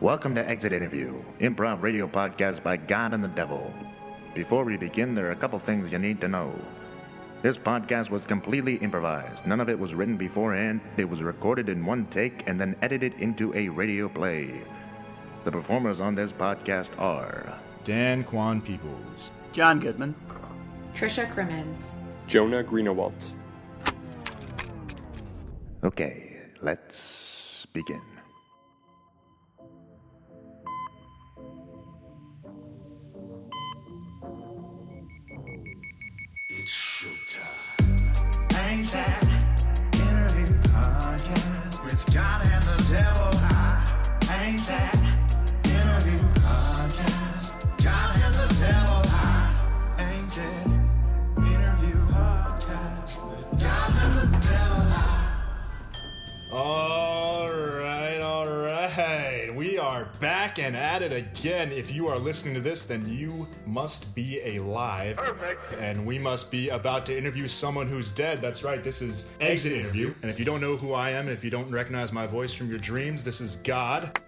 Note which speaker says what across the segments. Speaker 1: Welcome to Exit Interview, improv radio podcast by God and the Devil. Before we begin, there are a couple things you need to know. This podcast was completely improvised. None of it was written beforehand. It was recorded in one take and then edited into a radio play. The performers on this podcast are
Speaker 2: Dan Kwan Peoples,
Speaker 3: John Goodman.
Speaker 4: Trisha Crimmins.
Speaker 5: Jonah Greenewalt.
Speaker 1: Okay, let's begin.
Speaker 6: It's showtime. Hangs at Interview Podcast with God and the Devil. Hi. Hangs at Interview Podcast. God and the Devil. Hi. Hangs at Interview Podcast with God and the Devil. Hi.
Speaker 2: All right, all right. We are back and at it again. If you are listening to this, then you must be alive. Perfect. And we must be about to interview someone who's dead. That's right, this is Exit Interview. And if you don't know who I am, and if you don't recognize my voice from your dreams, this is God.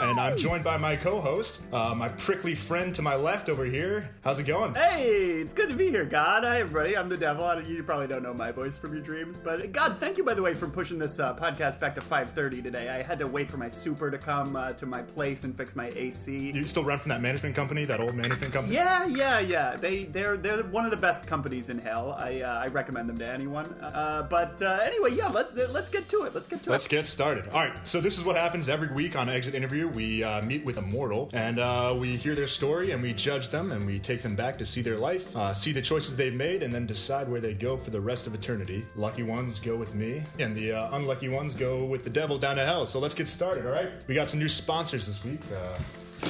Speaker 2: And I'm joined by my co host, uh, my prickly friend to my left over here. How's it going?
Speaker 3: Hey, it's good to be here, God. Hi, everybody. I'm the devil. I- You probably don't know my voice from your dreams, but God, thank you, by the way, for pushing this uh, podcast back to 5:30 today. I had to wait for my super to come uh, to my place and fix my AC.
Speaker 2: You still run from that management company, that old management company?
Speaker 3: yeah, yeah, yeah. They they're they're one of the best companies in hell. I uh, I recommend them to anyone. Uh, but uh, anyway, yeah, let, let's get to it. Let's get to
Speaker 2: Let's
Speaker 3: it.
Speaker 2: get started. All right, so this is what happens every week on Exit Interview. We uh, meet with a mortal and uh, we hear their story and we judge them and we take them back to see their life, uh, see the choices they've made, and then decide where they go for the rest of eternity. Lucky ones go with me, and the uh, unlucky ones go with the devil down to hell. So let's get started, all right? We got some new sponsors this week. Uh,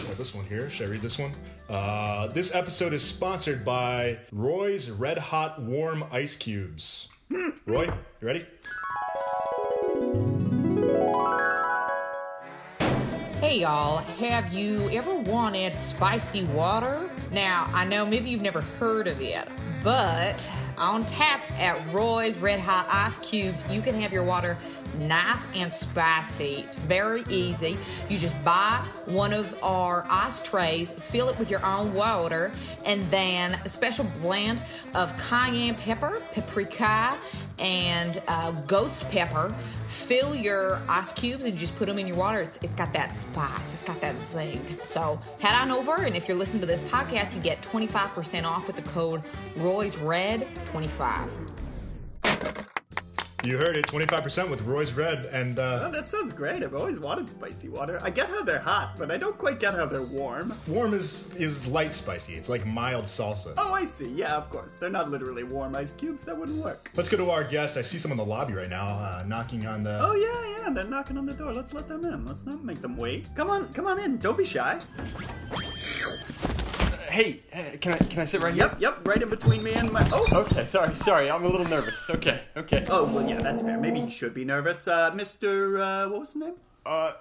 Speaker 2: Right, this one here. Should I read this one? Uh, this episode is sponsored by Roy's Red Hot Warm Ice Cubes. Roy, you ready?
Speaker 7: Hey y'all, have you ever wanted spicy water? Now, I know maybe you've never heard of it, but on tap at Roy's Red Hot Ice Cubes, you can have your water nice and spicy. It's very easy. You just buy one of our ice trays, fill it with your own water, and then a special blend of cayenne pepper, paprika, and uh, ghost pepper fill your ice cubes and just put them in your water. It's, it's got that spice, it's got that zing. So head on over, and if you're listening to this podcast, you get 25% off with the code RoysRed25.
Speaker 2: You heard it, 25% with Roy's Red, and
Speaker 3: Oh,
Speaker 2: uh,
Speaker 3: that sounds great. I've always wanted spicy water. I get how they're hot, but I don't quite get how they're warm.
Speaker 2: warm is is light spicy. It's like mild salsa.
Speaker 3: Oh, I see. Yeah, of course. They're not literally warm ice cubes. That wouldn't work.
Speaker 2: Let's go to our guest. I see someone in the lobby right now uh, knocking on the.
Speaker 3: Oh yeah, yeah. They're knocking on the door. Let's let them in. Let's not make them wait. Come on, come on in. Don't be shy.
Speaker 8: Hey, uh, can I can I sit right
Speaker 3: Yep, yep. Right in between me and my.
Speaker 8: here?
Speaker 3: Oh.
Speaker 8: Okay, sorry, sorry. I'm a little nervous. Okay, okay.
Speaker 3: Oh well, yeah. That's fair. Maybe he should be nervous. Uh, Mr. Uh, what was his name?
Speaker 8: Uh,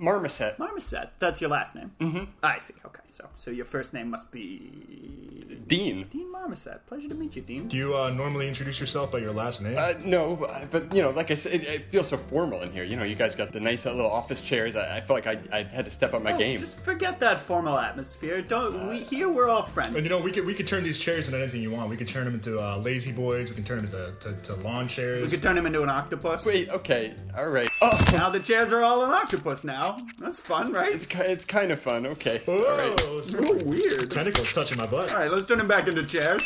Speaker 8: marmoset.
Speaker 3: Marmoset. That's your last name. Mm-hmm. I see. Okay. So, so your first name must be
Speaker 8: Dean.
Speaker 3: Dean Marmoset. Pleasure to meet you, Dean.
Speaker 2: Do you uh, normally introduce yourself by your last name?
Speaker 8: Uh, no, but, but you know, like I said, it, it feels so formal in here. You know, you guys got the nice uh, little office chairs. I, I feel like I, I had to step up my
Speaker 3: Oh,
Speaker 8: game.
Speaker 3: Just forget that formal atmosphere. Don't we here we're all friends.
Speaker 8: Oh,
Speaker 2: and you know we could we could turn these chairs into anything you want. We could turn them into uh, lazy boys. We can turn them into to, to lawn chairs.
Speaker 3: We could turn him into an octopus.
Speaker 8: Wait, okay, all right. Oh,
Speaker 3: Now the chairs are all an octopus now. That's fun,
Speaker 8: it's
Speaker 3: right?
Speaker 8: ki- it's kind of fun. Okay, all
Speaker 2: Whoa,
Speaker 8: right.
Speaker 2: so weird. Tentacles touching my butt.
Speaker 3: Alright, let's turn him back into chairs.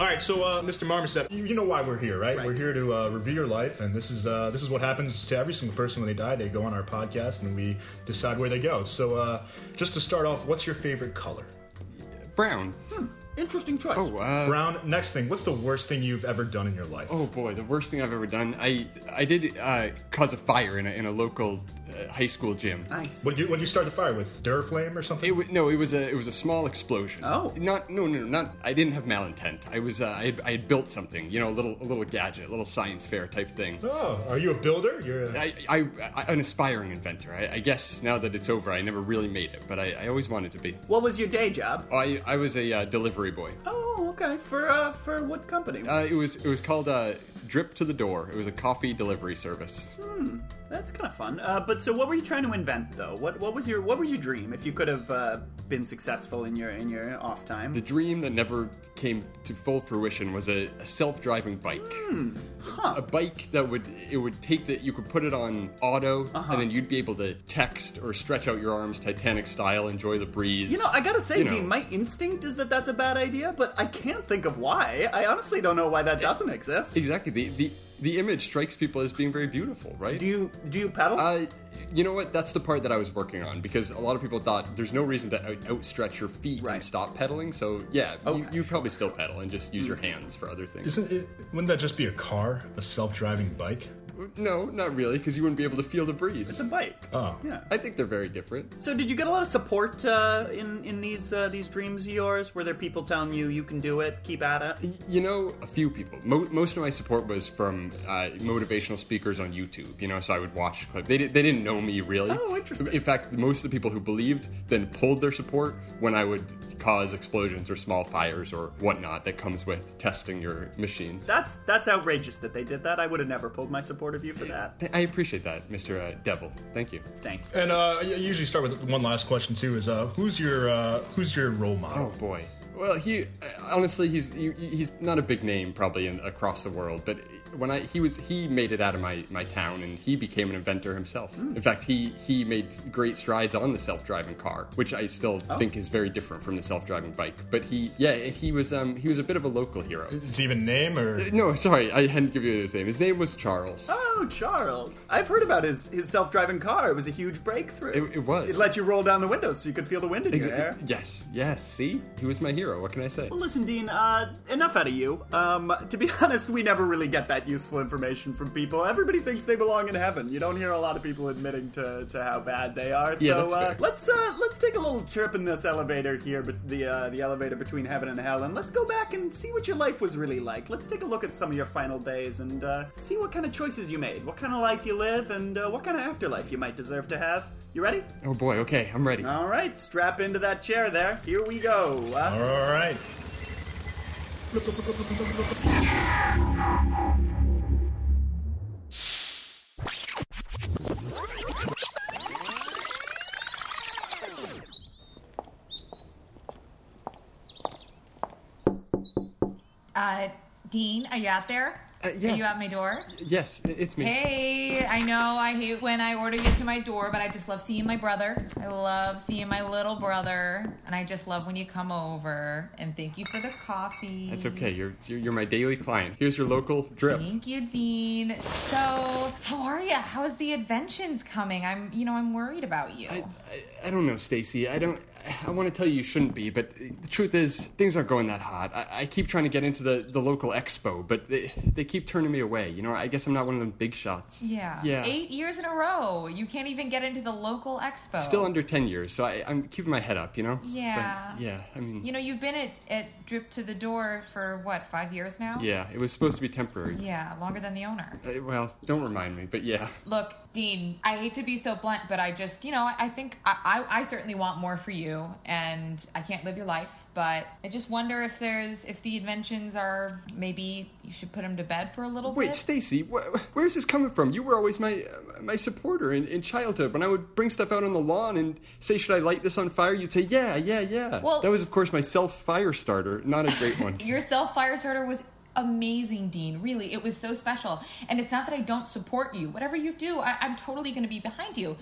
Speaker 2: All right, so uh, Mr. Marmoset, you, you know why we're here, right?
Speaker 3: Right.
Speaker 2: We're here to uh, review your life, and this is uh, this is what happens to every single person when they die. They go on our podcast, and we decide where they go. So, uh, just to start off, what's your favorite color?
Speaker 8: Brown.
Speaker 3: Interesting choice.
Speaker 8: Oh, uh,
Speaker 2: Brown. Next thing, what's the worst thing you've ever done in your life?
Speaker 8: Oh boy, the worst thing I've ever done. I I did uh, cause a fire in a in a local uh, high school gym.
Speaker 3: Nice.
Speaker 2: What you what you start the fire with? Duraflame or something?
Speaker 8: It w- no, it was a it was a small explosion.
Speaker 3: Oh.
Speaker 8: not no no no, not. I didn't have malintent. I was uh, I, had, I had built something, you know, a little a little gadget, a little science fair type thing.
Speaker 2: oh, are you a builder? You're a,
Speaker 8: I, I, I an aspiring inventor. I, I guess now that it's over, I never really made it, but I, I always wanted to be.
Speaker 3: What was your day job?
Speaker 8: Oh, I I was a uh, delivery boy.
Speaker 3: Oh, okay. For uh for what company?
Speaker 8: Uh, it was it was called uh, Drip to the Door. It was a coffee delivery service.
Speaker 3: That's kind of fun. Uh, but so, what were you trying to invent, though? What what was your what was your dream if you could have uh, been successful in your in your off time?
Speaker 8: The dream that never came to full fruition was a, a self-driving bike.
Speaker 3: Hmm,
Speaker 8: A bike that would it would take that you could put it on auto,
Speaker 3: Uh-huh.
Speaker 8: and then you'd be able to text or stretch out your arms Titanic style, enjoy the breeze.
Speaker 3: You know, I gotta say,
Speaker 8: You know.
Speaker 3: Dean, my instinct is that that's a bad idea, but I can't think of why. I honestly don't know why that doesn't exist.
Speaker 8: exactly the the the image strikes people as being very beautiful, right?
Speaker 3: Do you do you paddle?
Speaker 8: Uh, you know what? That's the part that I was working on because a lot of people thought there's no reason to out- outstretch your feet
Speaker 3: Right.
Speaker 8: and stop pedaling. So yeah, you,
Speaker 3: Okay. Mm.
Speaker 8: you probably still pedal and just use your hands for other things.
Speaker 2: Isn't it? Wouldn't that just be a car, a self-driving bike?
Speaker 8: No, not really, because you wouldn't be able to feel the breeze.
Speaker 3: it's a bike.
Speaker 2: Oh.
Speaker 3: yeah.
Speaker 8: I think they're very different.
Speaker 3: So, did you get a lot of support uh, in in these uh, these dreams of yours? Were there people telling you you can do it, keep at it?
Speaker 8: Y- You know, a few people. Mo- most of my support was from uh, motivational speakers on YouTube. You know, so I would watch clips. They, di- they didn't know me really.
Speaker 3: Oh, interesting.
Speaker 8: In fact, most of the people who believed then pulled their support when I would cause explosions or small fires or whatnot that comes with testing your machines.
Speaker 3: That's that's outrageous that they did that. I would have never pulled my support of you for that.
Speaker 8: I appreciate that, Mr. Uh, Devil. Thank you.
Speaker 3: Thank you.
Speaker 2: And uh, I usually start with one last question too. Is uh, who's your uh, who's your role model?
Speaker 8: Oh boy. Well, he uh, honestly he's he, he's not a big name probably in, across the world, but when I he was he made it out of my, my town and he became an inventor himself. In fact, he he made great strides on the self-driving car, which I still think is very different from the self-driving bike. But he yeah, he was um he was a bit of a local hero.
Speaker 2: Is he even name or?
Speaker 8: No, sorry, I hadn't given you his name. His name was Charles.
Speaker 3: Oh, Charles! I've heard about his his self driving car. It was a huge breakthrough.
Speaker 8: It- it was.
Speaker 3: It let you roll down the windows so you could feel the wind in your hair.
Speaker 8: Yes, yes. See, he was my hero. What can I say?
Speaker 3: Well, listen, Dean. Uh, enough out of you. Um, to be honest, we never really get that useful information from people. Everybody thinks they belong in heaven. You don't hear a lot of people admitting to, to how bad they are. So
Speaker 8: Yeah, that's
Speaker 3: uh,
Speaker 8: fair.
Speaker 3: let's uh, let's take a little trip in this elevator here, but the uh, the elevator between heaven and hell, and let's go back and see what your life was really like. Let's take a look at some of your final days and uh, see what kind of choices you made, what kind of life you live, and uh, what kind of afterlife you might deserve to have. You ready?
Speaker 8: Oh boy. Okay, I'm ready.
Speaker 3: All right, strap into that chair there. Here we go. Uh,
Speaker 2: All right.
Speaker 4: Uh, Dean, are you out there?
Speaker 8: Uh, yeah.
Speaker 4: Are you at my door?
Speaker 8: Yes, it- it's me.
Speaker 4: Hey, I know I hate when I order you to my door, but I just love seeing my brother. I love seeing my little brother, and I just love when you come over. And thank you for the coffee.
Speaker 8: That's okay. You're you're you're my daily client. Here's your local drip.
Speaker 4: Thank you, Dean. So, how are you? How's the inventions coming? I'm, you know, I'm worried about you.
Speaker 8: I, I, I don't know, Stacy. I don't. I want to tell you you shouldn't be, but the truth is things aren't going that hot. I, I keep trying to get into the, the local expo, but they, they keep turning me away. You know, I guess I'm not one of them big shots.
Speaker 4: yeah.
Speaker 8: Yeah.
Speaker 4: Eight years in a row. You can't even get into the local expo.
Speaker 8: Still under ten years, so I, I'm keeping my head up. You know.
Speaker 4: Yeah.
Speaker 8: But, yeah. I mean.
Speaker 4: You know, you've been at, at Drip to the Door for what, five years now?
Speaker 8: yeah. It was supposed to be temporary.
Speaker 4: Yeah, longer than the owner.
Speaker 8: Uh, well, don't remind me, but yeah.
Speaker 4: Look, Dean, I hate to be so blunt, but I just, you know, I, I think I, I, I certainly want more for you, and I can't live your life. But I just wonder if there's, if the inventions are, maybe you should put them to bed for a little
Speaker 8: Wait,
Speaker 4: bit.
Speaker 8: Stacy, wh- where's this coming from? You were always my uh, my supporter in, in childhood. When I would bring stuff out on the lawn and say, "Should I light this on fire?" You'd say, "Yeah, yeah, yeah."
Speaker 4: Well-
Speaker 8: that was, of course, my self fire starter. Not a great one.
Speaker 4: Your self fire starter was amazing, Dean. Really, it was so special. And it's not that I don't support you. Whatever you do, I, I'm totally going to be behind you.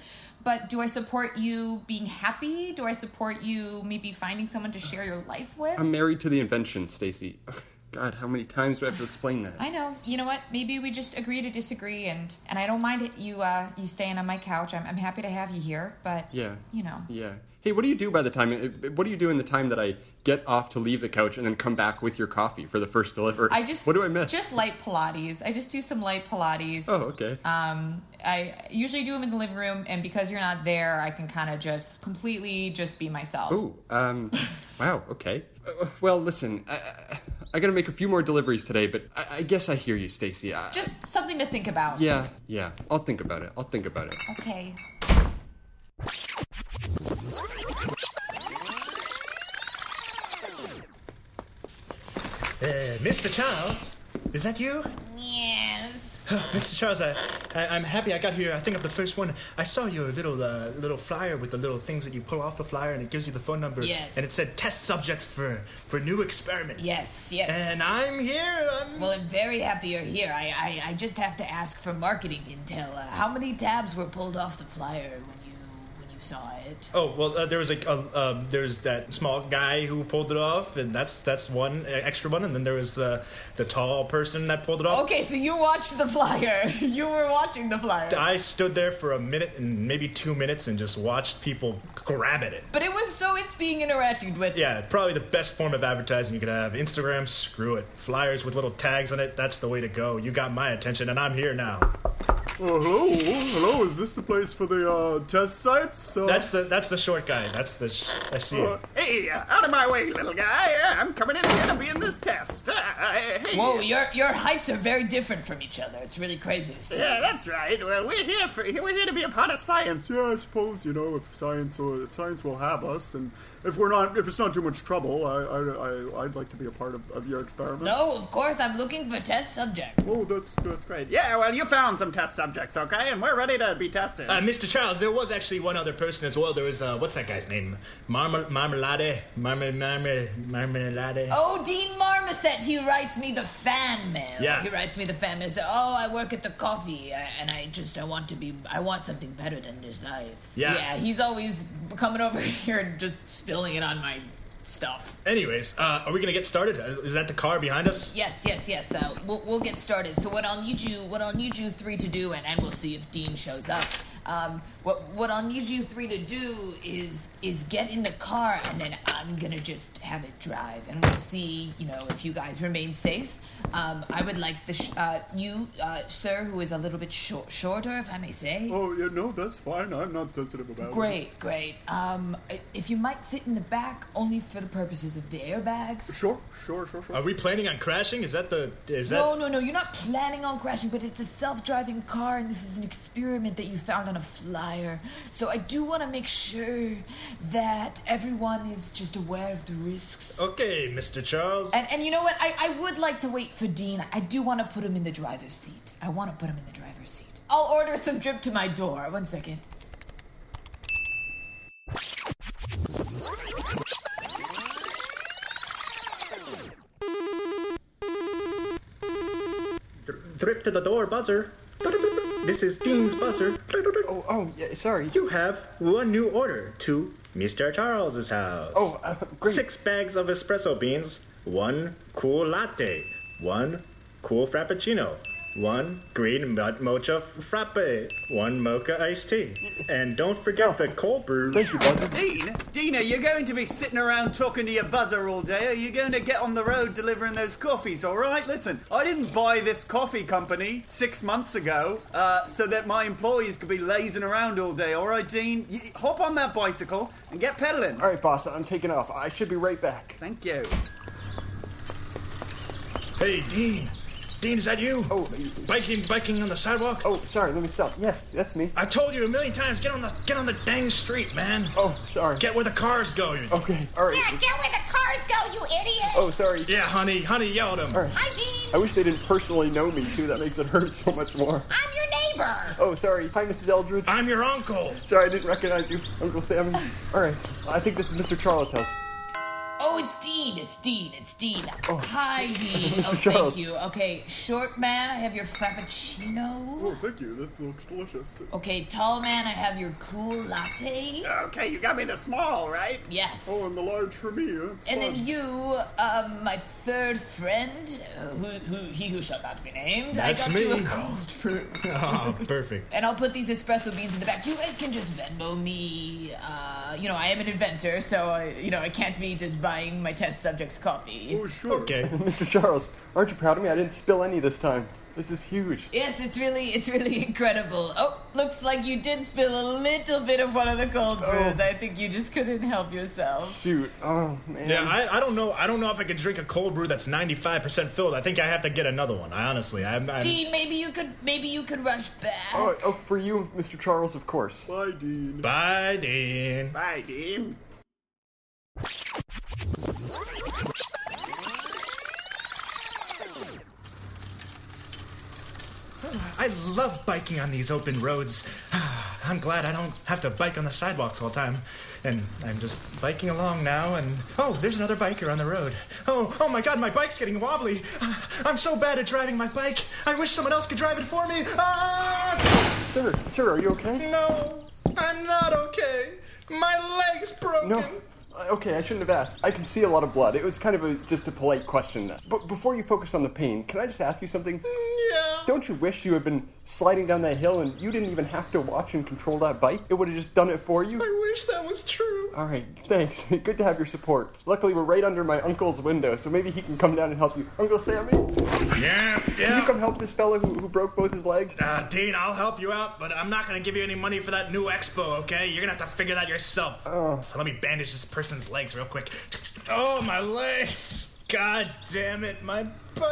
Speaker 4: But do I support you being happy? Do I support you maybe finding someone to share your life with?
Speaker 8: I'm married to the invention, Stacy. Ugh, God, how many times do I have to explain that?
Speaker 4: I know. You know what? Maybe we just agree to disagree, and and I don't mind you uh you staying on my couch. I'm I'm happy to have you here, but
Speaker 8: yeah,
Speaker 4: you know.
Speaker 8: Yeah. Hey, what do you do by the time? uh, What do you do in the time that I get off to leave the couch and then come back with your coffee for the first delivery?
Speaker 4: I just
Speaker 8: what do I miss?
Speaker 4: Just light Pilates. I just do some light Pilates.
Speaker 8: oh, okay.
Speaker 4: Um, I usually do them in the living room, and because you're not there, I can kind of just completely just be myself.
Speaker 8: Oh, um, wow, okay. Uh, well, listen, I, I, I gotta make a few more deliveries today, but I, I guess I hear you, Stacy. I-
Speaker 4: Just something to think about.
Speaker 8: Yeah, yeah, I'll think about it. I'll think about it.
Speaker 4: Okay.
Speaker 9: Uh, Mr. Charles, is that you?
Speaker 4: Yes.
Speaker 9: Mr. Charles, I,
Speaker 2: I, I'm happy I got here. I think I'm the first one. I saw your little uh, little flyer with the little things that you pull off the flyer, and it gives you the phone number.
Speaker 4: Yes.
Speaker 2: And it said test subjects for for new experiment.
Speaker 4: Yes, yes.
Speaker 2: And I'm here. I'm
Speaker 4: Well, I'm very happy you're here. I, I, I just have to ask for marketing intel. Uh, how many tabs were pulled off the flyer when you when you saw it?
Speaker 2: Oh well, uh, there was like a, um, there was that small guy who pulled it off, and that's that's one uh, extra one, and then there was the the tall person that pulled it off.
Speaker 4: Okay, so you watched the flyer. you were watching the flyer.
Speaker 2: I stood there for a minute and maybe two minutes and just watched people grab at it.
Speaker 4: but it was so it's being interacted with.
Speaker 2: Yeah, probably the best form of advertising you could have. Instagram, screw it. Flyers with little tags on it, that's the way to go. You got my attention, and I'm here now.
Speaker 3: Oh, hello, oh, hello. Is this the place for the uh, test sites? Uh,
Speaker 2: That's the that's the short guy. That's the sh- I see it.
Speaker 3: Hey, uh, out of my way, little guy. Uh, I'm coming in here to be in this test. Uh, uh, hey.
Speaker 4: Whoa, your your heights are very different from each other. It's really crazy to see.
Speaker 3: Yeah, that's right. Well, we're here for we're here to be a part of science. Yeah, I suppose you know if science or if science will have us, and if we're not, if it's not too much trouble, I I, I I'd like to be a part of, of your experiment.
Speaker 4: No, of course I'm looking for test subjects.
Speaker 3: Oh, that's that's great. Yeah, well, you found some test subjects, okay, and we're ready to be tested.
Speaker 2: Uh, Mr. Charles, there was actually one other person as well. There was uh, what's that guy's name? Marmal- Marmalade, Marmal- Marmal- Marmalade.
Speaker 4: Oh, Dean Marmoset, he writes me the fan mail.
Speaker 2: Yeah.
Speaker 4: He writes me the fan mail. Says, oh, I work at the coffee, uh, and I just, I want to be, I want something better than this life.
Speaker 2: Yeah.
Speaker 4: Yeah, he's always coming over here and just spilling it on my stuff.
Speaker 2: Anyways, uh, are we gonna get started? Uh, Is that the car behind us?
Speaker 4: Yes, yes, yes. Uh, we'll, we'll get started. So what I'll need you, what I'll need you three to do, and, and we'll see if Dean shows up. Um, what what I'll need you three to do is is get in the car, and then I'm gonna just have it drive, and we'll see. You know, if you guys remain safe. Um, I would like the sh- uh, you, uh, sir, who is a little bit short, shorter, if I may say.
Speaker 3: Oh, yeah, no, that's fine. I'm not sensitive about it.
Speaker 4: Great, great. Um, i- if you might sit in the back, only for the purposes of the airbags.
Speaker 3: Sure, sure, sure, sure.
Speaker 2: Are we planning on crashing? Is that the is that?
Speaker 4: No, no, no, you're not planning on crashing, but it's a self driving car, and this is an experiment that you found on a flyer. So I do want to make sure that everyone is just aware of the risks.
Speaker 2: Oh. Okay, Mr. Charles.
Speaker 4: And, and you know what? I, I would like to wait for Dean. I do want to put him in the driver's seat. I want to put him in the driver's seat. I'll order some drip to my door. One second.
Speaker 10: Drip to the door buzzer. This is Dean's buzzer.
Speaker 8: Oh, oh, yeah, sorry.
Speaker 10: You have one new order to Mr. Charles's house.
Speaker 8: Oh, uh, great.
Speaker 10: Six bags of espresso beans, one cool latte, one cool frappuccino, one green mo- mocha frappe, one mocha iced tea, and don't forget the cold brew.
Speaker 8: Thank you, Buzzer.
Speaker 3: Dean, Dean, are you going to be sitting around talking to your buzzer all day? Are you going to get on the road delivering those coffees? All right, listen, I didn't buy this coffee company six months ago uh, so that my employees could be lazing around all day. All right, Dean, you, hop on that bicycle and get pedaling.
Speaker 8: All right, boss, I'm taking off. I should be right back.
Speaker 3: Thank you.
Speaker 2: Hey, Dean. Dean, is that you?
Speaker 8: Oh, uh,
Speaker 2: Biking, biking on the sidewalk.
Speaker 8: oh, sorry, let me stop. Yes, that's me.
Speaker 2: I told you a million times, get on the get on the dang street, man.
Speaker 8: Oh, sorry.
Speaker 2: Get where the cars go. you-
Speaker 8: Okay, all right.
Speaker 11: Yeah, get where the cars go, you idiot!
Speaker 8: Oh, sorry.
Speaker 2: Yeah, honey, honey yelled him.
Speaker 8: All right.
Speaker 11: Hi, Dean!
Speaker 8: I wish they didn't personally know me, too. That makes it hurt so much more.
Speaker 11: I'm your neighbor!
Speaker 8: Oh, sorry. Hi, Mrs. Eldridge.
Speaker 2: I'm your uncle.
Speaker 8: Sorry, I didn't recognize you, Uncle Sam. All right, I think this is Mr. Charles' house.
Speaker 4: Oh, it's Dean. It's Dean. It's Dean. Hi, Dean. Oh, thank
Speaker 8: Charles.
Speaker 4: you. Okay, short man, I have your frappuccino.
Speaker 3: Oh, thank you. That looks delicious.
Speaker 4: Okay, tall man, I have your cool latte.
Speaker 3: Okay, you got me the small, right?
Speaker 4: Yes.
Speaker 3: Oh, and the large for me.
Speaker 4: and then you, um, my third friend, uh, who, who, he who shall not be named,
Speaker 2: That's
Speaker 4: I got you a
Speaker 2: me.
Speaker 4: cold brew.
Speaker 2: Oh, perfect.
Speaker 4: and I'll put these espresso beans in the back. You guys can just Venmo me. Uh, you know, I am an inventor, so, I, you know, I can't be just buying my test subjects coffee.
Speaker 3: sure.
Speaker 2: Okay.
Speaker 8: Mr. Charles, aren't you proud of me? I didn't spill any this time. This is huge.
Speaker 4: Yes, it's really, it's really incredible. Oh, looks like you did spill a little bit of one of the cold
Speaker 3: Oh.
Speaker 4: brews. I think you just couldn't help yourself.
Speaker 8: Shoot. Oh, man.
Speaker 2: Yeah, I, I don't know. I don't know if I could drink a cold brew that's 95% filled. I think I have to get another one. I honestly, I'm. I'm
Speaker 4: Dean, maybe you could, maybe you could rush back.
Speaker 8: Oh, oh, for you, Mr. Charles, of course.
Speaker 3: Bye, Dean.
Speaker 2: Bye, Dean.
Speaker 3: Bye, Dean.
Speaker 2: Ah, I love biking on these open roads. Ah, I'm glad I don't have to bike on the sidewalks all the time. And I'm just biking along now, and oh, there's another biker on the road. Oh, oh my god, my bike's getting wobbly. Ah, I'm so bad at driving my bike. I wish someone else could drive it for me. Ah!
Speaker 8: Sir, sir, are you okay?
Speaker 2: No, I'm not okay. My leg's broken.
Speaker 8: No. Uh, Okay, I shouldn't have asked. I can see a lot of blood. It was kind of a just a polite question. But before you focus on the pain, can I just ask you something?
Speaker 2: Yeah.
Speaker 8: Don't you wish you had been sliding down that hill and you didn't even have to watch and control that bike? It would have just done it for you?
Speaker 2: I wish that was true.
Speaker 8: All right, thanks. Good to have your support. Luckily, we're right under my uncle's window, so maybe he can come down and help you. Uncle Sammy,
Speaker 2: Yeah,
Speaker 8: can you come help this fellow who, who broke both his legs?
Speaker 2: Uh, Dean, I'll help you out, but I'm not gonna give you any money for that new expo, okay? You're gonna have to figure that yourself.
Speaker 8: Oh.
Speaker 2: Let me bandage this person's legs real quick. Oh, my legs! God damn it, my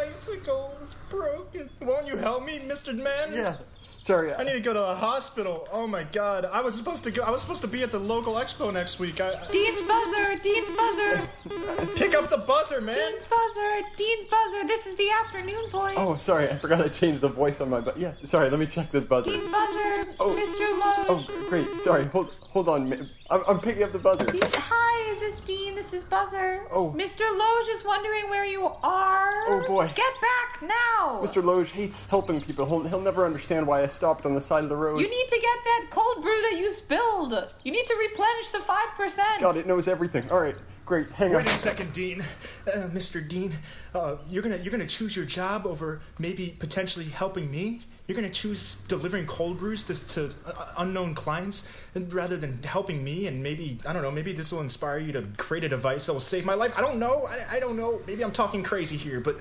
Speaker 2: bicycle is broken. Won't you help me, Mr. Man?
Speaker 8: Yeah. Sorry.
Speaker 2: I need to go to the hospital. Oh my god. I was supposed to go I was supposed to be at the local expo next week. I, I-
Speaker 7: Dean's buzzer, Dean's buzzer,
Speaker 2: pick up the buzzer, man.
Speaker 7: Dean's buzzer, Dean's buzzer. This is the afternoon boy.
Speaker 8: Oh, sorry, I forgot I changed the voice on my but yeah, sorry, let me check this buzzer.
Speaker 7: Dean's buzzer,
Speaker 8: Oh.
Speaker 7: Mr. Lowe.
Speaker 8: Oh, great. Sorry. Hold hold on. ma- I'm, I'm picking up the buzzer.
Speaker 7: Dean- Hi, is this Dean? This is Buzzer.
Speaker 8: Oh.
Speaker 7: Mr. Loge is wondering where you are.
Speaker 8: Oh, boy.
Speaker 7: Get back now.
Speaker 8: Mr. Loge hates helping people. He'll, he'll never understand why I stopped on the side of the road.
Speaker 7: You need to get that cold brew that you spilled. You need to replenish the 5%.
Speaker 8: God, it knows everything. All right, great. Hang on.
Speaker 2: Wait a second, Dean. Uh, Mr. Dean, uh, you're gonna you're gonna choose your job over maybe potentially helping me. You're gonna choose delivering cold brews to, to uh, unknown clients and- rather than helping me. And maybe I don't know. Maybe this will inspire you to create a device that will save my life. I don't know. I, I don't know. Maybe I'm talking crazy here, but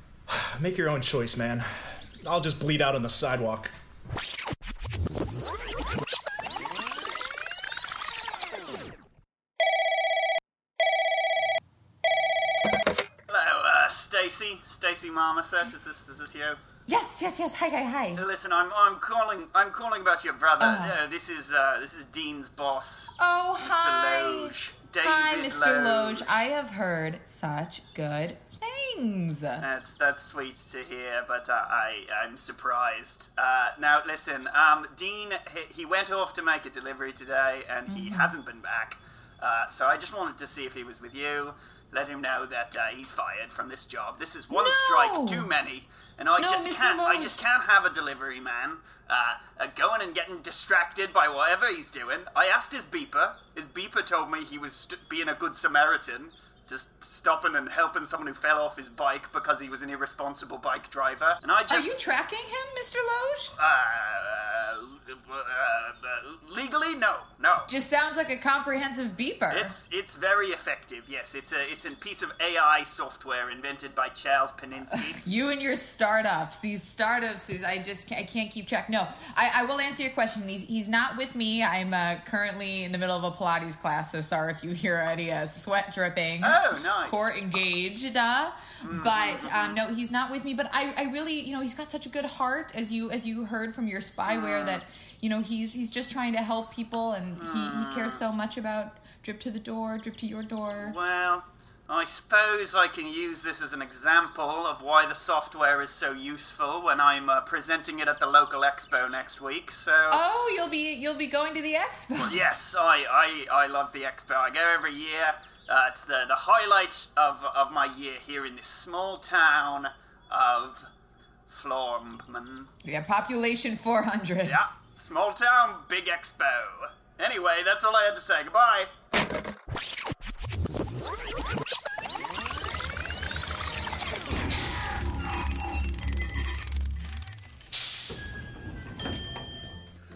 Speaker 2: make your own choice, man. I'll just bleed out on the sidewalk.
Speaker 3: Hello, uh, Stacy. Stacy Marmoset. Is this is this you?
Speaker 4: Yes, yes, yes. Hi, hi, hi.
Speaker 3: Listen, I'm I'm calling I'm calling about your brother. Uh, this is uh, this is Dean's boss.
Speaker 4: Oh, hi.
Speaker 3: Loge.
Speaker 4: hi,
Speaker 3: David
Speaker 4: Mr.
Speaker 3: Loge.
Speaker 4: Loge. I have heard such good things.
Speaker 3: That's that's sweet to hear, but uh, I I'm surprised. Uh, now listen, um, Dean he, he went off to make a delivery today, and he
Speaker 4: Mhm.
Speaker 3: hasn't been back. Uh, so I just wanted to see if he was with you. Let him know that uh, he's fired from this job. This is one
Speaker 4: No.
Speaker 3: strike too many, and I
Speaker 4: No,
Speaker 3: just
Speaker 4: Mr.
Speaker 3: can't I
Speaker 4: Lawrence.
Speaker 3: just can't have a delivery man uh, uh, going and getting distracted by whatever he's doing. I asked his beeper. His beeper told me he was st- being a good Samaritan just stopping and helping someone who fell off his bike because he was an irresponsible bike driver. And I just
Speaker 4: Are you tracking him, Mr. Loge?
Speaker 3: uh, uh, uh, legally no, no.
Speaker 4: Just sounds like a comprehensive beeper.
Speaker 3: It's it's very effective. Yes, it's a it's a piece of AI software invented by Charles Peninsky.
Speaker 4: You and your startups, these startups, is I just can't, I can't keep track. No, I, I will answer your question. He's he's not with me. I'm uh, currently in the middle of a Pilates class, so sorry if you hear any uh, sweat dripping.
Speaker 3: Oh, nice.
Speaker 4: Core engaged, uh,
Speaker 3: Mm-hmm.
Speaker 4: but um, no, he's not with me. But I, I really, you know, he's got such a good heart, as you as you heard from your spyware
Speaker 3: Mm.
Speaker 4: that you know he's he's just trying to help people, and he,
Speaker 3: Mm.
Speaker 4: he cares so much about drip to the door, drip to your door.
Speaker 3: well, I suppose I can use this as an example of why the software is so useful when I'm uh, presenting it at the local expo next week. So.
Speaker 4: Oh, you'll be you'll be going to the expo.
Speaker 3: Yes, I, I, I love the expo. I go every year. Uh, it's the, the highlight of, of my year here in this small town of Flormman.
Speaker 4: Yeah, population 400.
Speaker 3: Yeah, small town, big expo. Anyway, that's all I had to say. Goodbye.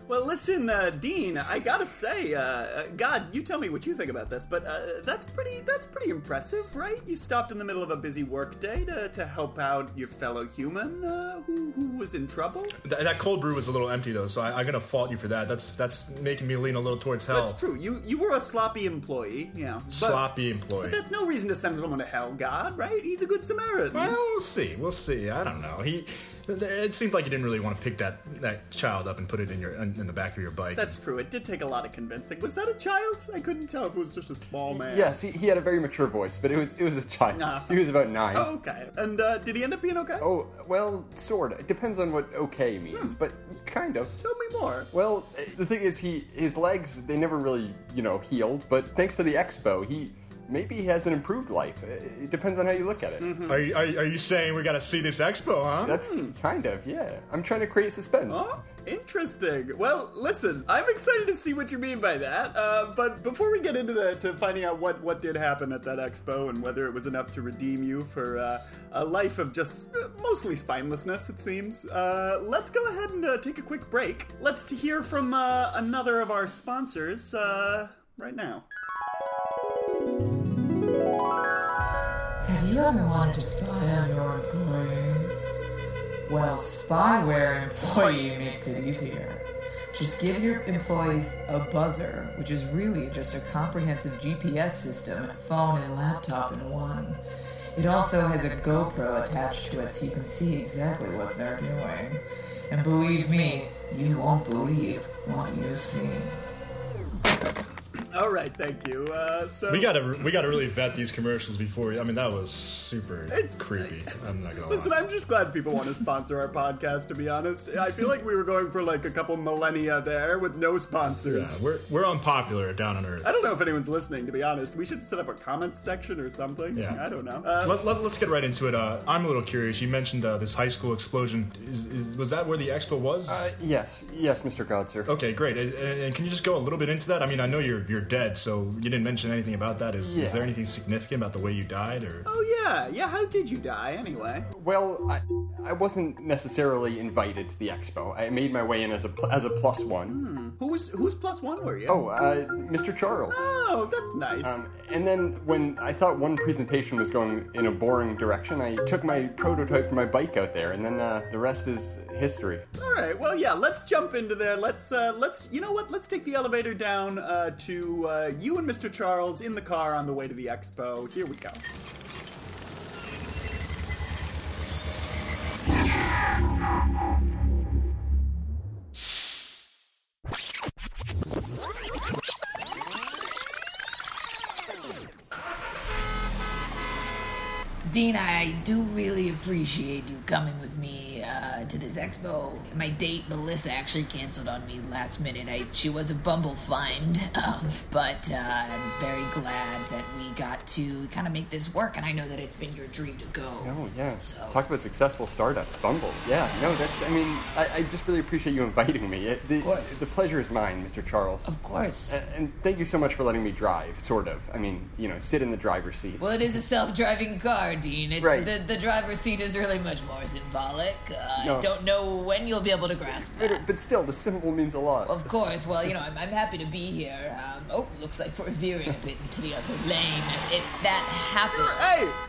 Speaker 12: Well, listen, uh, Dean. I gotta say, uh, uh, God, you tell me what you think about this, but uh, that's pretty. That's pretty impressive, right? You stopped in the middle of a busy workday to, to help out your fellow human uh, who, who was in trouble.
Speaker 2: Th- that cold brew was a little empty though, so I, I'm gonna fault you for that. That's that's making me lean a little towards hell.
Speaker 12: That's true. You you were a sloppy employee. Yeah, but,
Speaker 2: Sloppy employee.
Speaker 12: But that's no reason to send someone to hell, God. Right? He's a good Samaritan.
Speaker 2: Well, we'll see. We'll see. I don't know. He Th- It seemed like you didn't really want to pick that, that child up and put it in your in, in the back of your bike.
Speaker 6: That's true. It did take a lot of convincing. Was that a child? I couldn't tell if it was just a small man.
Speaker 8: Yes, he, he had a very mature voice, but it was it was a child.
Speaker 12: Uh-huh.
Speaker 8: He was about nine.
Speaker 6: Oh, okay. And uh, did he end up being okay?
Speaker 8: Oh, well, sort of. It depends on what okay means, but kind of.
Speaker 6: Hmm. Tell me more.
Speaker 8: Well, eh, the thing is, he his legs they never really you know healed, but thanks to the expo, he maybe has an improved life. Eh, It depends on how you look at it.
Speaker 6: Mm-hmm.
Speaker 2: Are, you, are, you- are you saying we got to see this expo, huh?
Speaker 8: That's kind of yeah. I'm trying to create suspense.
Speaker 6: Hmm. Oh, interesting. Well, listen, I'm excited to see what you mean by that. Uh, but before we get into the, to finding out what, what did happen at that expo and whether it was enough to redeem you for uh, a life of just uh, mostly spinelessness, it seems, uh, let's go ahead and uh, take a quick break. Let's hear from uh, another of our sponsors uh, right now.
Speaker 13: Have you ever wanted to spy on your employees? Well, Spyware Employee makes it easier. Just give your employees a buzzer, which is really just a comprehensive GPS system, phone and laptop in one. It also has a GoPro attached to it so you can see exactly what they're doing. And believe me, you won't believe what you see.
Speaker 6: All right, thank you. Uh, so
Speaker 2: We gotta we gotta really vet these commercials before. we- I mean, that was super
Speaker 6: It's-
Speaker 2: creepy. I'm not gonna
Speaker 6: Listen,
Speaker 2: lie.
Speaker 6: I'm just glad people want to sponsor our podcast. To be honest, I feel like we were going for like a couple millennia there with no sponsors.
Speaker 2: Yeah, we're we're unpopular down on earth.
Speaker 6: I don't know if anyone's listening. To be honest, we should set up a comments section or something.
Speaker 2: Yeah.
Speaker 6: I don't know. Uh,
Speaker 2: let, let, us get right into it. Uh, I'm a little curious. You mentioned uh, this high school explosion. Is, is, was that where the expo was?
Speaker 8: yes, yes, Mr.
Speaker 6: Oh.
Speaker 8: Godser.
Speaker 2: Okay, great. And, and- and can you just go a little bit into that? I mean, I know you're you're dead, so you didn't mention anything about that. Is,
Speaker 8: Yeah.
Speaker 2: is there anything significant about the way you died, or
Speaker 6: oh yeah, yeah. How did you die anyway?
Speaker 8: Well, I, I wasn't necessarily invited to the expo. I made my way in as a pl- as a plus one.
Speaker 6: Who's who's plus one were you?
Speaker 8: Oh, uh, Mr. Charles.
Speaker 6: Oh, that's nice.
Speaker 8: Um, and then when I thought one presentation was going in a boring direction, I took my prototype for my bike out there, and then uh, the rest is history.
Speaker 6: All right. Well, yeah. Let's jump into there. Let's uh, let's you know what? Let's take the elevator down uh, to uh, you and Mr. Charles in the car on the way to the expo. Here we go.
Speaker 4: Dean, I do really appreciate you coming with me uh, to this expo. My date, Melissa, actually canceled on me last minute. I, she was a bumble find, um, but uh, I'm very glad that we got to kind of make this work, and I know that it's been your dream to go.
Speaker 8: Oh yeah. Talk about successful startups, Bumble. Yeah. No, that's. I mean, I, I just really appreciate you inviting me. It, the, of course. The pleasure is mine, Mr. Charles. Of
Speaker 4: course.
Speaker 8: And, thank you so much for letting me drive. Sort of. I mean, you know, sit in the driver's seat.
Speaker 4: Well, it is a self-driving car, Dean. It's,
Speaker 8: Right.
Speaker 4: The, the driver's seat is really much more symbolic. Uh, I
Speaker 8: No.
Speaker 4: don't know when you'll be able to grasp
Speaker 8: But, but still, the symbol means a lot.
Speaker 4: Of course. Well, you know, I'm, I'm happy to be here. Um, oh, looks like we're veering a bit into the other lane. If that happens.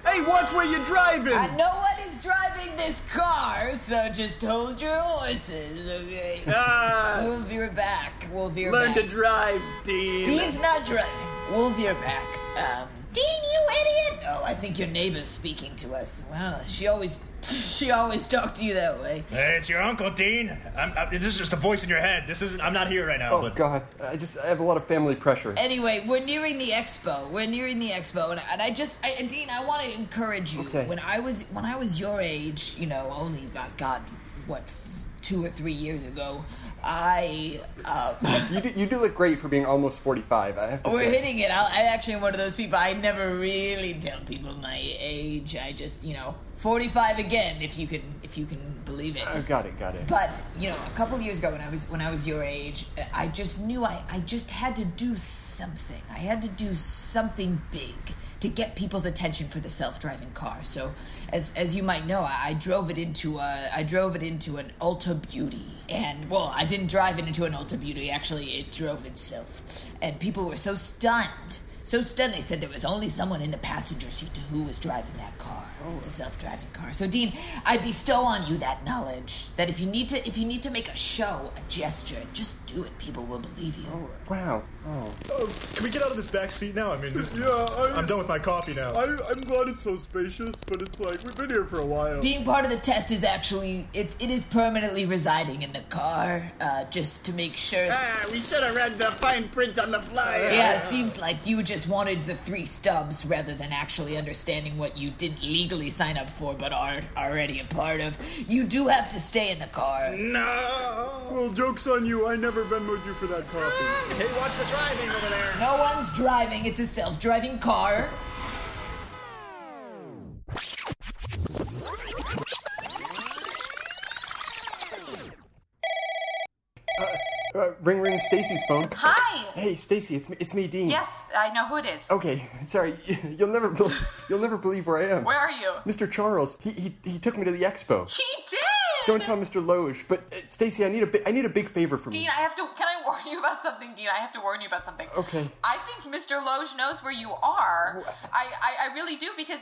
Speaker 6: Hey, hey, watch where you're driving!
Speaker 4: Uh, no one is driving this car, so just hold your horses, okay?
Speaker 6: Ah.
Speaker 4: We'll veer back. We'll veer
Speaker 6: Learn
Speaker 4: back.
Speaker 6: to drive, Dean.
Speaker 4: Dean's not driving. We'll veer back. Um, Dean, you idiot! Oh, I think your neighbor's speaking to us. Well, she always, she always talked to you that way.
Speaker 14: Hey, it's your uncle Dean. I'm, I, this is just a voice in your head. This isn't. I'm not here right now.
Speaker 8: Oh God, I just I have a lot of family pressure.
Speaker 4: Anyway, we're nearing the expo. We're nearing the expo, and, and I just, I, and Dean, I want to encourage you.
Speaker 8: Okay.
Speaker 4: When I was when I was your age, you know, only uh, God, what, f- two or three years ago, I uh,
Speaker 8: you, do, you do look great for being almost 45. I have to
Speaker 4: Oh, we're
Speaker 8: say.
Speaker 4: hitting it. I, I actually am one of those people. I never really tell people my age. I just, you know, forty five again, if you can, if you can believe it.
Speaker 8: Oh, got it, got it.
Speaker 4: But you know, a couple of years ago, when I was when I was your age, I just knew I, I just had to do something. I had to do something big to get people's attention for the self-driving car. So, as as you might know, I, I drove it into a I drove it into an Ulta Beauty, and well, I didn't drive it into an Ulta Beauty. Actually, it drove itself, and people were so stunned. So stunned, they said there was only someone in the passenger seat to who was driving that car. It was a self-driving car. So, Dean, I bestow on you that knowledge that if you need to, if you need to make a show, a gesture, just
Speaker 15: do it, people will believe you.
Speaker 8: Wow. Oh.
Speaker 2: Oh, can we get out of this back seat now? I mean, this,
Speaker 6: Yeah, I-
Speaker 2: I'm done with my coffee now.
Speaker 6: I, I'm glad it's so spacious, but it's like we've been here for a while.
Speaker 15: Being part of the test is actually it's it is permanently residing in the car, uh, just to make sure.
Speaker 6: Ah, we should have read the fine print on the flyer.
Speaker 15: Yeah, it seems like you just wanted the three stubs rather than actually understanding what you didn't legally sign up for but are already a part of. You do have to stay in the car.
Speaker 6: No. Well, joke's on you. I never Venmoed you for that coffee.
Speaker 15: Hey, watch the driving over there. No one's driving. It's a self-driving car.
Speaker 8: Uh, ring, ring, Stacy's phone.
Speaker 7: Hi.
Speaker 8: Hey, Stacy, it's me, it's me, Dean.
Speaker 7: Yes, I know who it is.
Speaker 8: Okay, sorry. You'll never, bel you'll never believe where I am.
Speaker 7: Where are you?
Speaker 8: Mr. Charles, he, he, he took me to the expo.
Speaker 7: He did.
Speaker 8: Don't tell Mr. Loge, but uh, Stacy, I need a, bi- I need a big favor from
Speaker 7: Dean,
Speaker 8: you.
Speaker 7: I have to. Can I warn you about something, Dean? I have to warn you about something.
Speaker 8: Okay.
Speaker 7: I think Mr. Loge knows where you are. I, I, I really do because,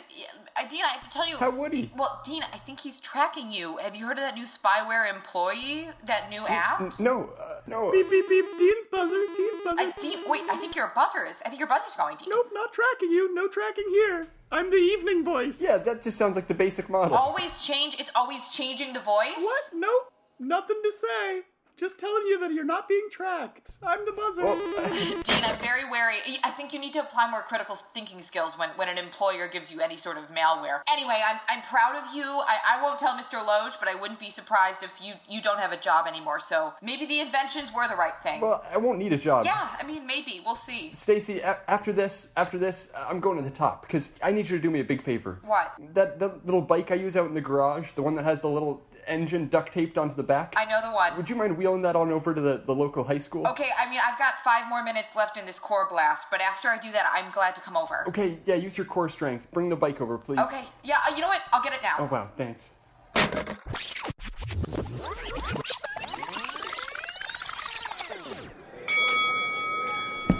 Speaker 7: uh, Dean, I have to tell you.
Speaker 8: How would he?
Speaker 7: Well, Dean, I think he's tracking you. Have you heard of that new spyware employee? That new app?
Speaker 8: N- No, uh, no.
Speaker 7: beep beep. Dean's buzzer. Dean's buzzer. I think. Wait, I think your buzzer is. I think your buzzer's going, Dean.
Speaker 8: Nope, not tracking you. No tracking here. I'm the evening voice. Yeah, that just sounds like the basic model.
Speaker 7: Always change. It's always changing the voice. What?
Speaker 16: Nope, nothing to say. Just telling you that you're not being tracked. I'm the buzzer.
Speaker 7: Dean, I'm very wary. I think you need to apply more critical thinking skills when, when an employer gives you any sort of malware. Anyway, I'm, I'm proud of you. I, I won't tell Mr. Loge, but I wouldn't be surprised if you, you don't have a job anymore. So maybe the inventions were the right thing.
Speaker 8: Well, I won't need a job.
Speaker 7: yeah, I mean, maybe. We'll see.
Speaker 8: Stacy, a- after this, after this, I'm going to the top because I need you to do me a big favor.
Speaker 7: What?
Speaker 8: That that little bike I use out in the garage, the one that has the little engine duct taped onto the back.
Speaker 7: I know the one.
Speaker 8: Would you mind wheeling that on over to the, the local high school?
Speaker 7: Okay, I mean, I've got five more minutes left in this core blast, but after I do that, I'm glad to come over.
Speaker 8: Okay, yeah, use your core strength. Bring the bike over, please.
Speaker 7: Okay, yeah, uh, you know what? I'll get it now.
Speaker 8: Oh wow, thanks.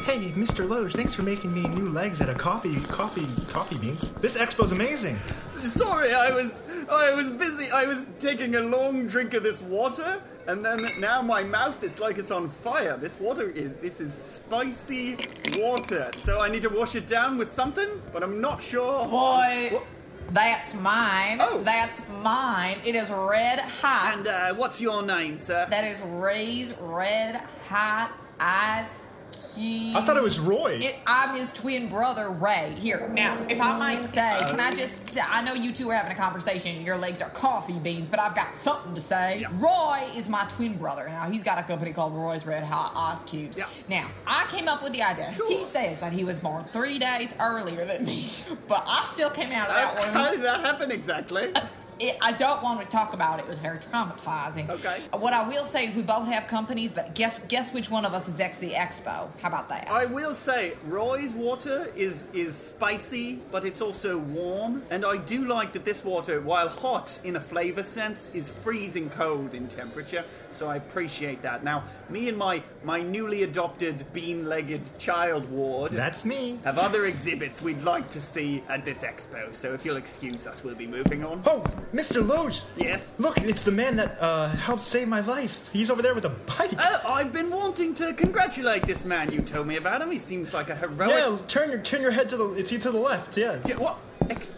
Speaker 5: Hey, Mr. Loge, thanks for making me new legs out of coffee, coffee, coffee beans. This expo's amazing.
Speaker 6: Sorry, I was I was busy. I was taking a long drink of this water, and then now my mouth is like it's on fire. This water is this is spicy water, so I need to wash it down with something, but I'm not sure.
Speaker 4: Boy,
Speaker 6: What-
Speaker 4: that's mine. That's mine. It is red hot.
Speaker 6: And uh, what's your name, sir?
Speaker 4: That is Ray's red hot ice cube.
Speaker 6: I thought it was Roy.
Speaker 4: It, I'm his twin brother, Ray. Here now, if I might say,
Speaker 6: Uh,
Speaker 4: can I just? say- I know you two are having a conversation. and Your legs are coffee beans, but I've got something to say. Roy is my twin brother. Now he's got a company called Roy's Red Hot Ice Cubes. Now I came up with the idea. He says that he was born three days earlier than me, but I still came out of that
Speaker 6: How-
Speaker 4: one.
Speaker 6: how did that happen exactly?
Speaker 4: It, I don't want to talk about it. It was very traumatizing. Okay. What I will say, we both have companies, but guess guess which one of us is ex the expo? How about that?
Speaker 6: I will say, Roy's water is is spicy, but it's also warm, and I do like that this water, while hot in a flavour sense, is freezing cold in temperature. So I appreciate that. Now, me and my my newly adopted bean-legged child ward.
Speaker 5: That's me.
Speaker 6: Have other exhibits we'd like to see at this expo. So if you'll excuse us, we'll be moving on.
Speaker 5: Oh, Mr. Loge.
Speaker 6: Yes.
Speaker 5: Look, it's the man that uh, helped save my life. He's over there with a bike.
Speaker 6: Oh, I've been wanting to congratulate this man. You told me about him. He seems like a heroic.
Speaker 5: Yeah, turn your turn your head to the it's he to the left. Yeah.
Speaker 6: what? Ex-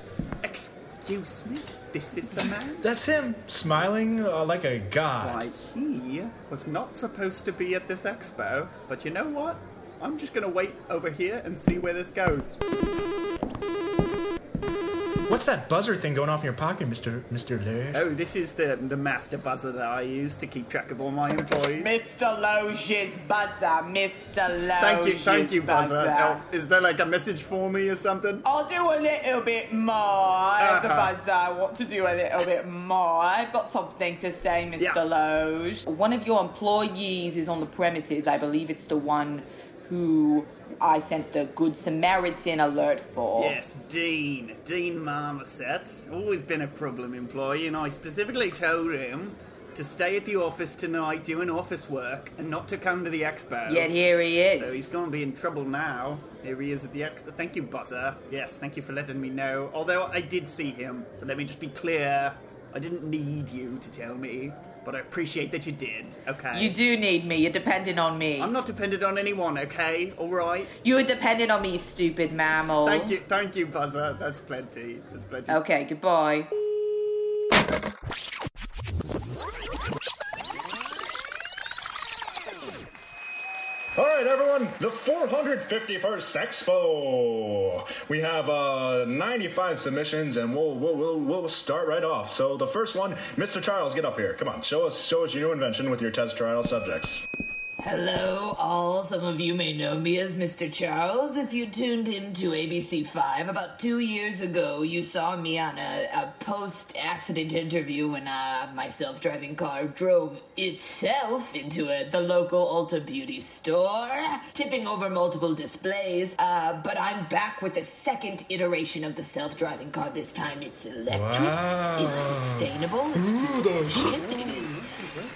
Speaker 6: excuse me. This is the man.
Speaker 5: That's him, smiling uh, like a god.
Speaker 6: Why he was not supposed to be at this expo, but you know what? I'm just gonna wait over here and see where this goes.
Speaker 5: What's that buzzer thing going off in your pocket, Mister Mister Loge?
Speaker 6: Oh, this is the the master buzzer that I use to keep track of all my employees.
Speaker 17: Mr. Loge's buzzer, Mr. Loge's
Speaker 6: thank you, thank you, buzzer.
Speaker 17: buzzer.
Speaker 6: Oh, is there like a message for me or something?
Speaker 18: Oh,
Speaker 17: I'll do a little bit more of the
Speaker 6: Uh-huh.
Speaker 17: buzzer. I want to do a little bit more. I've got something to say, Mr.
Speaker 7: Yeah.
Speaker 17: Loge. One of your employees is on the premises. I believe it's the one who I sent the Good Samaritan alert for.
Speaker 6: Yes, Dean. Dean Marmoset. Always been a problem employee, and I specifically told him to stay at the office tonight doing office work and not to come to the expo.
Speaker 17: Yet here he is.
Speaker 6: So he's going to be in trouble now. Here he is at the expo. Thank you, Buzzer. Yes, thank you for letting me know. Although I did see him, so let me just be clear. I didn't need you to tell me. but I appreciate that you did, okay?
Speaker 3: You do need me. You're dependent on me.
Speaker 6: I'm not dependent on anyone, okay? All right?
Speaker 3: You're dependent on me, you stupid mammal.
Speaker 6: Thank you, thank you, Buzzer. That's plenty. That's plenty.
Speaker 3: Okay, goodbye.
Speaker 2: All right, everyone, the 451st Expo. We have uh, 95 submissions, and we'll, we'll we'll we'll start right off. So the first one, Mr. Charles, get up here. Come on, show us show us your new invention with your test trial subjects.
Speaker 4: Hello, all. Some of you may know me as Mr. Charles. If you tuned in to ABC5 about two years ago, you saw me on a, a post accident interview when uh, my self driving car drove itself into a, the local Ulta Beauty store, tipping over multiple displays. Uh, but I'm back with the second iteration of the self driving car. This time it's electric,
Speaker 19: Wow.
Speaker 4: it's sustainable, it's efficient, it is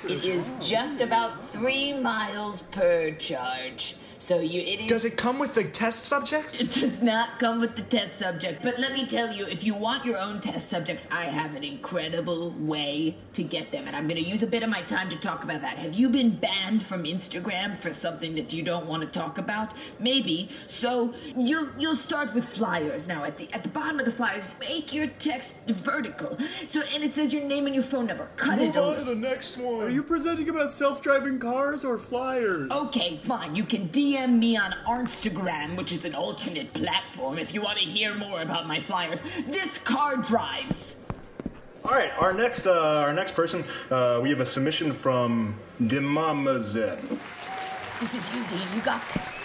Speaker 4: it is just about three miles per charge. So you, it is. Does
Speaker 18: it come with the test subjects?
Speaker 4: It does not come with the test subject. But let me tell you, if you want your own test subjects, I have an incredible way to get them, and I'm going to use a bit of my time to talk about that. Have you been banned from Instagram for something that you don't want to talk about? Maybe. So you'll you'll start with flyers. Now at the at the bottom of the flyers, make your text vertical. So and it says your name and your phone number. Cut it
Speaker 6: Move on
Speaker 4: over.
Speaker 6: to
Speaker 2: the next one.
Speaker 6: Are you presenting about self driving cars or
Speaker 18: Oh,
Speaker 6: flyers?
Speaker 4: Okay, fine. You can DM me on Instagram, which is an alternate platform, if you want to hear more about my flyers. This car drives.
Speaker 2: All right, our next uh, our next person, uh, we have a submission from Demamazet.
Speaker 4: This is you, Dean. You got this.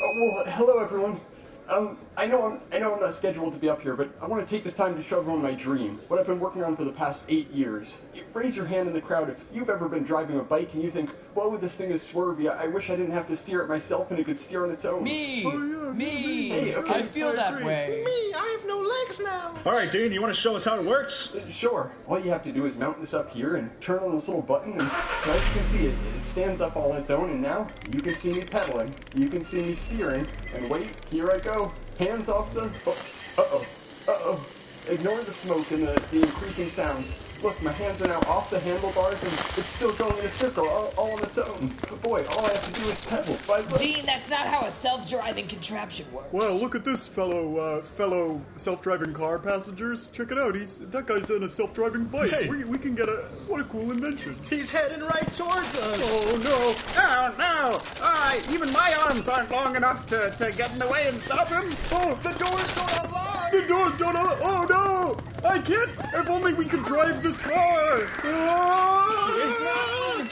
Speaker 8: Oh, well, hello everyone. Um, I know I'm, I know I'm not scheduled to be up here, but I want to take this time to show everyone my dream, what I've been working on for the past eight years. Raise your hand in the crowd if you've ever been driving a bike and you think, "Whoa, this thing is swervy. I, I wish I didn't have to steer it myself and it could steer on its own."
Speaker 20: Me,
Speaker 18: Oh,
Speaker 20: me.
Speaker 8: Hey, okay.
Speaker 20: I feel that way.
Speaker 18: Me, I have no legs now.
Speaker 2: All right, Dean, you want to show us how it works?
Speaker 8: Sure. All you have to do is mount this up here and turn on this little button, and now as you can see, it, it stands up all on its own, and now you can see me pedaling, you can see me steering, and wait, here I go. Hands off the. Oh, uh-oh, uh-oh. Ignore the smoke and the, the increasing sounds. Look, my hands are now off the handlebars, and it's still going in a circle, all, all on its own. But boy, all I have to do is pedal. Bye, bye.
Speaker 4: Dean, that's not how a self-driving contraption works.
Speaker 6: Wow, look at this fellow, uh, fellow self-driving car passengers. Check it out. He's that guy's on a self-driving bike.
Speaker 19: Hey.
Speaker 6: We, we can get a what a cool invention.
Speaker 18: He's heading right towards us.
Speaker 19: Oh no! Oh no! I even my arms aren't long enough to, to get in the way and stop him. Oh, the doors don't unlock.
Speaker 6: The doors don't. al- Oh no! I can't. If only we could drive this car. Ah!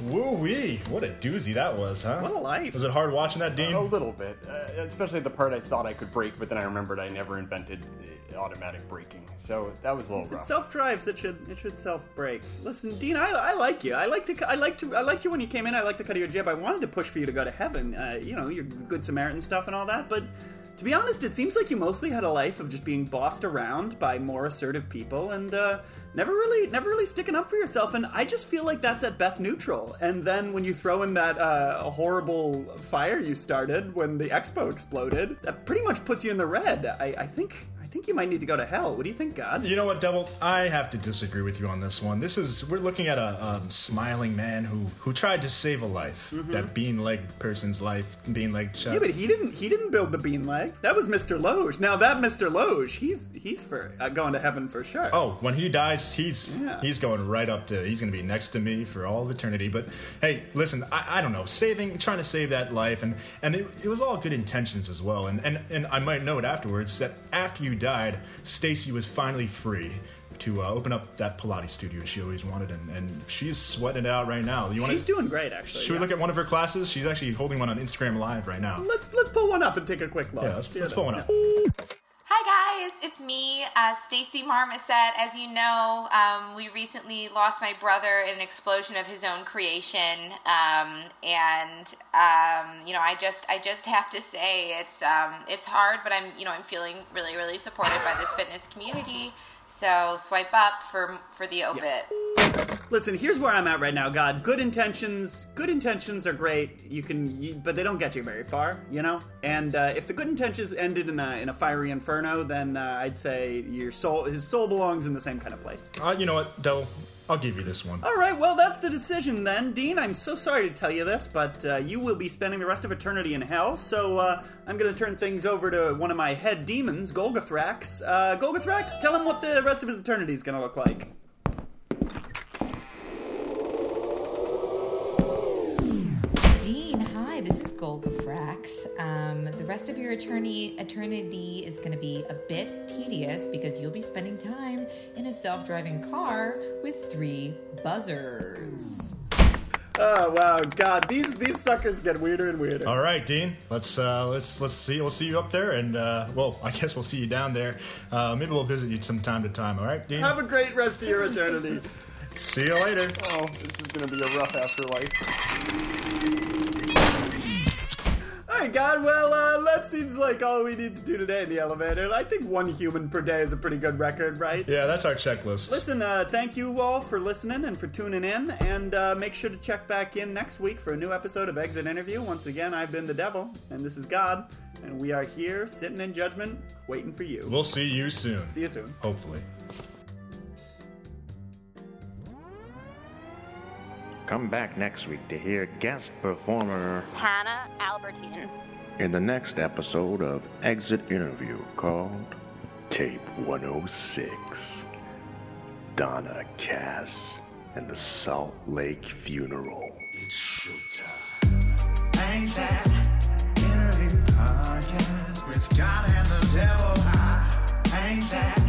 Speaker 2: Woo wee! What a doozy that was, huh?
Speaker 8: What a life.
Speaker 2: Was it hard watching that, Dean?
Speaker 8: A little bit, uh, especially the part I thought I could break, but then I remembered I never invented uh, automatic braking, so that was a little
Speaker 6: If it
Speaker 8: rough.
Speaker 6: self drives, it should it should self brake. Listen, Dean, I, I like you. I like the I like to I liked you when you came in. I liked the cut of your jib. I wanted to push for you to go to heaven. Uh, you know, your good Samaritan stuff and all that. But to be honest, it seems like you mostly had a life of just being bossed around by more assertive people and uh, never really never really sticking up for yourself. And I just feel like that's at best neutral. And then when you throw in that uh, horrible fire you started when the expo exploded, that pretty much puts you in the red. I, I think. I think you might need to go to hell. What do you think, God?
Speaker 2: You know what, Devil? I have to disagree with you on this one. This is we're looking at a um, smiling man who who tried to save a life, that bean leg person's life, bean leg.
Speaker 6: Mm-hmm.
Speaker 2: Chef.
Speaker 6: Yeah, but he didn't. He didn't build the bean leg. That was Mr. Loge. Now that Mr. Loge, he's he's for uh, going to heaven for sure.
Speaker 2: Oh, when he dies, he's he's going right up to. He's going to be next to me for all of eternity. But hey, listen, I, I don't know, saving, trying to save that life, and and it, it was all good intentions as well. And and and I might note afterwards that after you died, Stacy was finally free to uh, open up that Pilates studio she always wanted, and, and she's sweating it out right now. You want
Speaker 6: She's doing great, actually.
Speaker 2: Should we
Speaker 6: yeah.
Speaker 2: look at one of her classes? She's actually holding one on Instagram Live right now.
Speaker 6: Let's let's pull one up and take a quick look.
Speaker 2: Yeah, let's, let's pull one up.
Speaker 7: Hi guys, it's me, uh, Stacy Marmoset. As you know, um, we recently lost my brother in an explosion of his own creation, um, and um, you know, I just, I just have to say, it's, um, it's hard, but I'm, you know, I'm feeling really, really supported by this fitness community. So swipe up for for the obit.
Speaker 6: Listen, here's where I'm at right now, God. Good intentions, good intentions are great. You can, you, but they don't get you very far, you know. And uh, if the good intentions ended in a in a fiery inferno, then uh, I'd say your soul, his soul belongs in the same kind of place.
Speaker 2: Uh, you know what, Devil? I'll give you this one.
Speaker 6: All right, well, that's the decision then. Dean, I'm so sorry to tell you this, but uh, you will be spending the rest of eternity in hell, so uh, I'm going to turn things over to one of my head demons, Golgothrax. Uh, Golgothrax, tell him what the rest of his eternity is going to look like.
Speaker 4: Dean, hi, this is Golgafrax. Um, the rest of your attorney eternity is going to be a bit tedious because you'll be spending time in a self-driving car with three buzzers.
Speaker 6: Oh, wow, God, these, these suckers get weirder and weirder.
Speaker 2: All right, Dean. Let's uh, let's let's see. We'll see you up there, and uh, well, I guess we'll see you down there. Uh, maybe we'll visit you from time to time. All right, Dean.
Speaker 6: Have a great rest of your eternity.
Speaker 2: see you later.
Speaker 8: Oh, this is gonna be a rough afterlife.
Speaker 6: All right, God. Well, uh, that seems like all we need to do today in the elevator. I think one human per day is a pretty good record, right?
Speaker 2: Yeah, that's our checklist.
Speaker 6: Listen, uh, thank you all for listening and for tuning in, and uh, make sure to check back in next week for a new episode of Exit Interview. Once again, I've been the devil, and this is God, and we are here sitting in judgment, waiting for you.
Speaker 2: We'll see you soon.
Speaker 6: See you soon.
Speaker 2: Hopefully.
Speaker 1: Come back next week to hear guest performer
Speaker 21: Hannah Albertine.
Speaker 1: in the next episode of Exit Interview called Tape 106 Donna Cass and the Salt Lake Funeral.
Speaker 22: It's showtime. Exit Interview Podcast with God and the Devil. I exit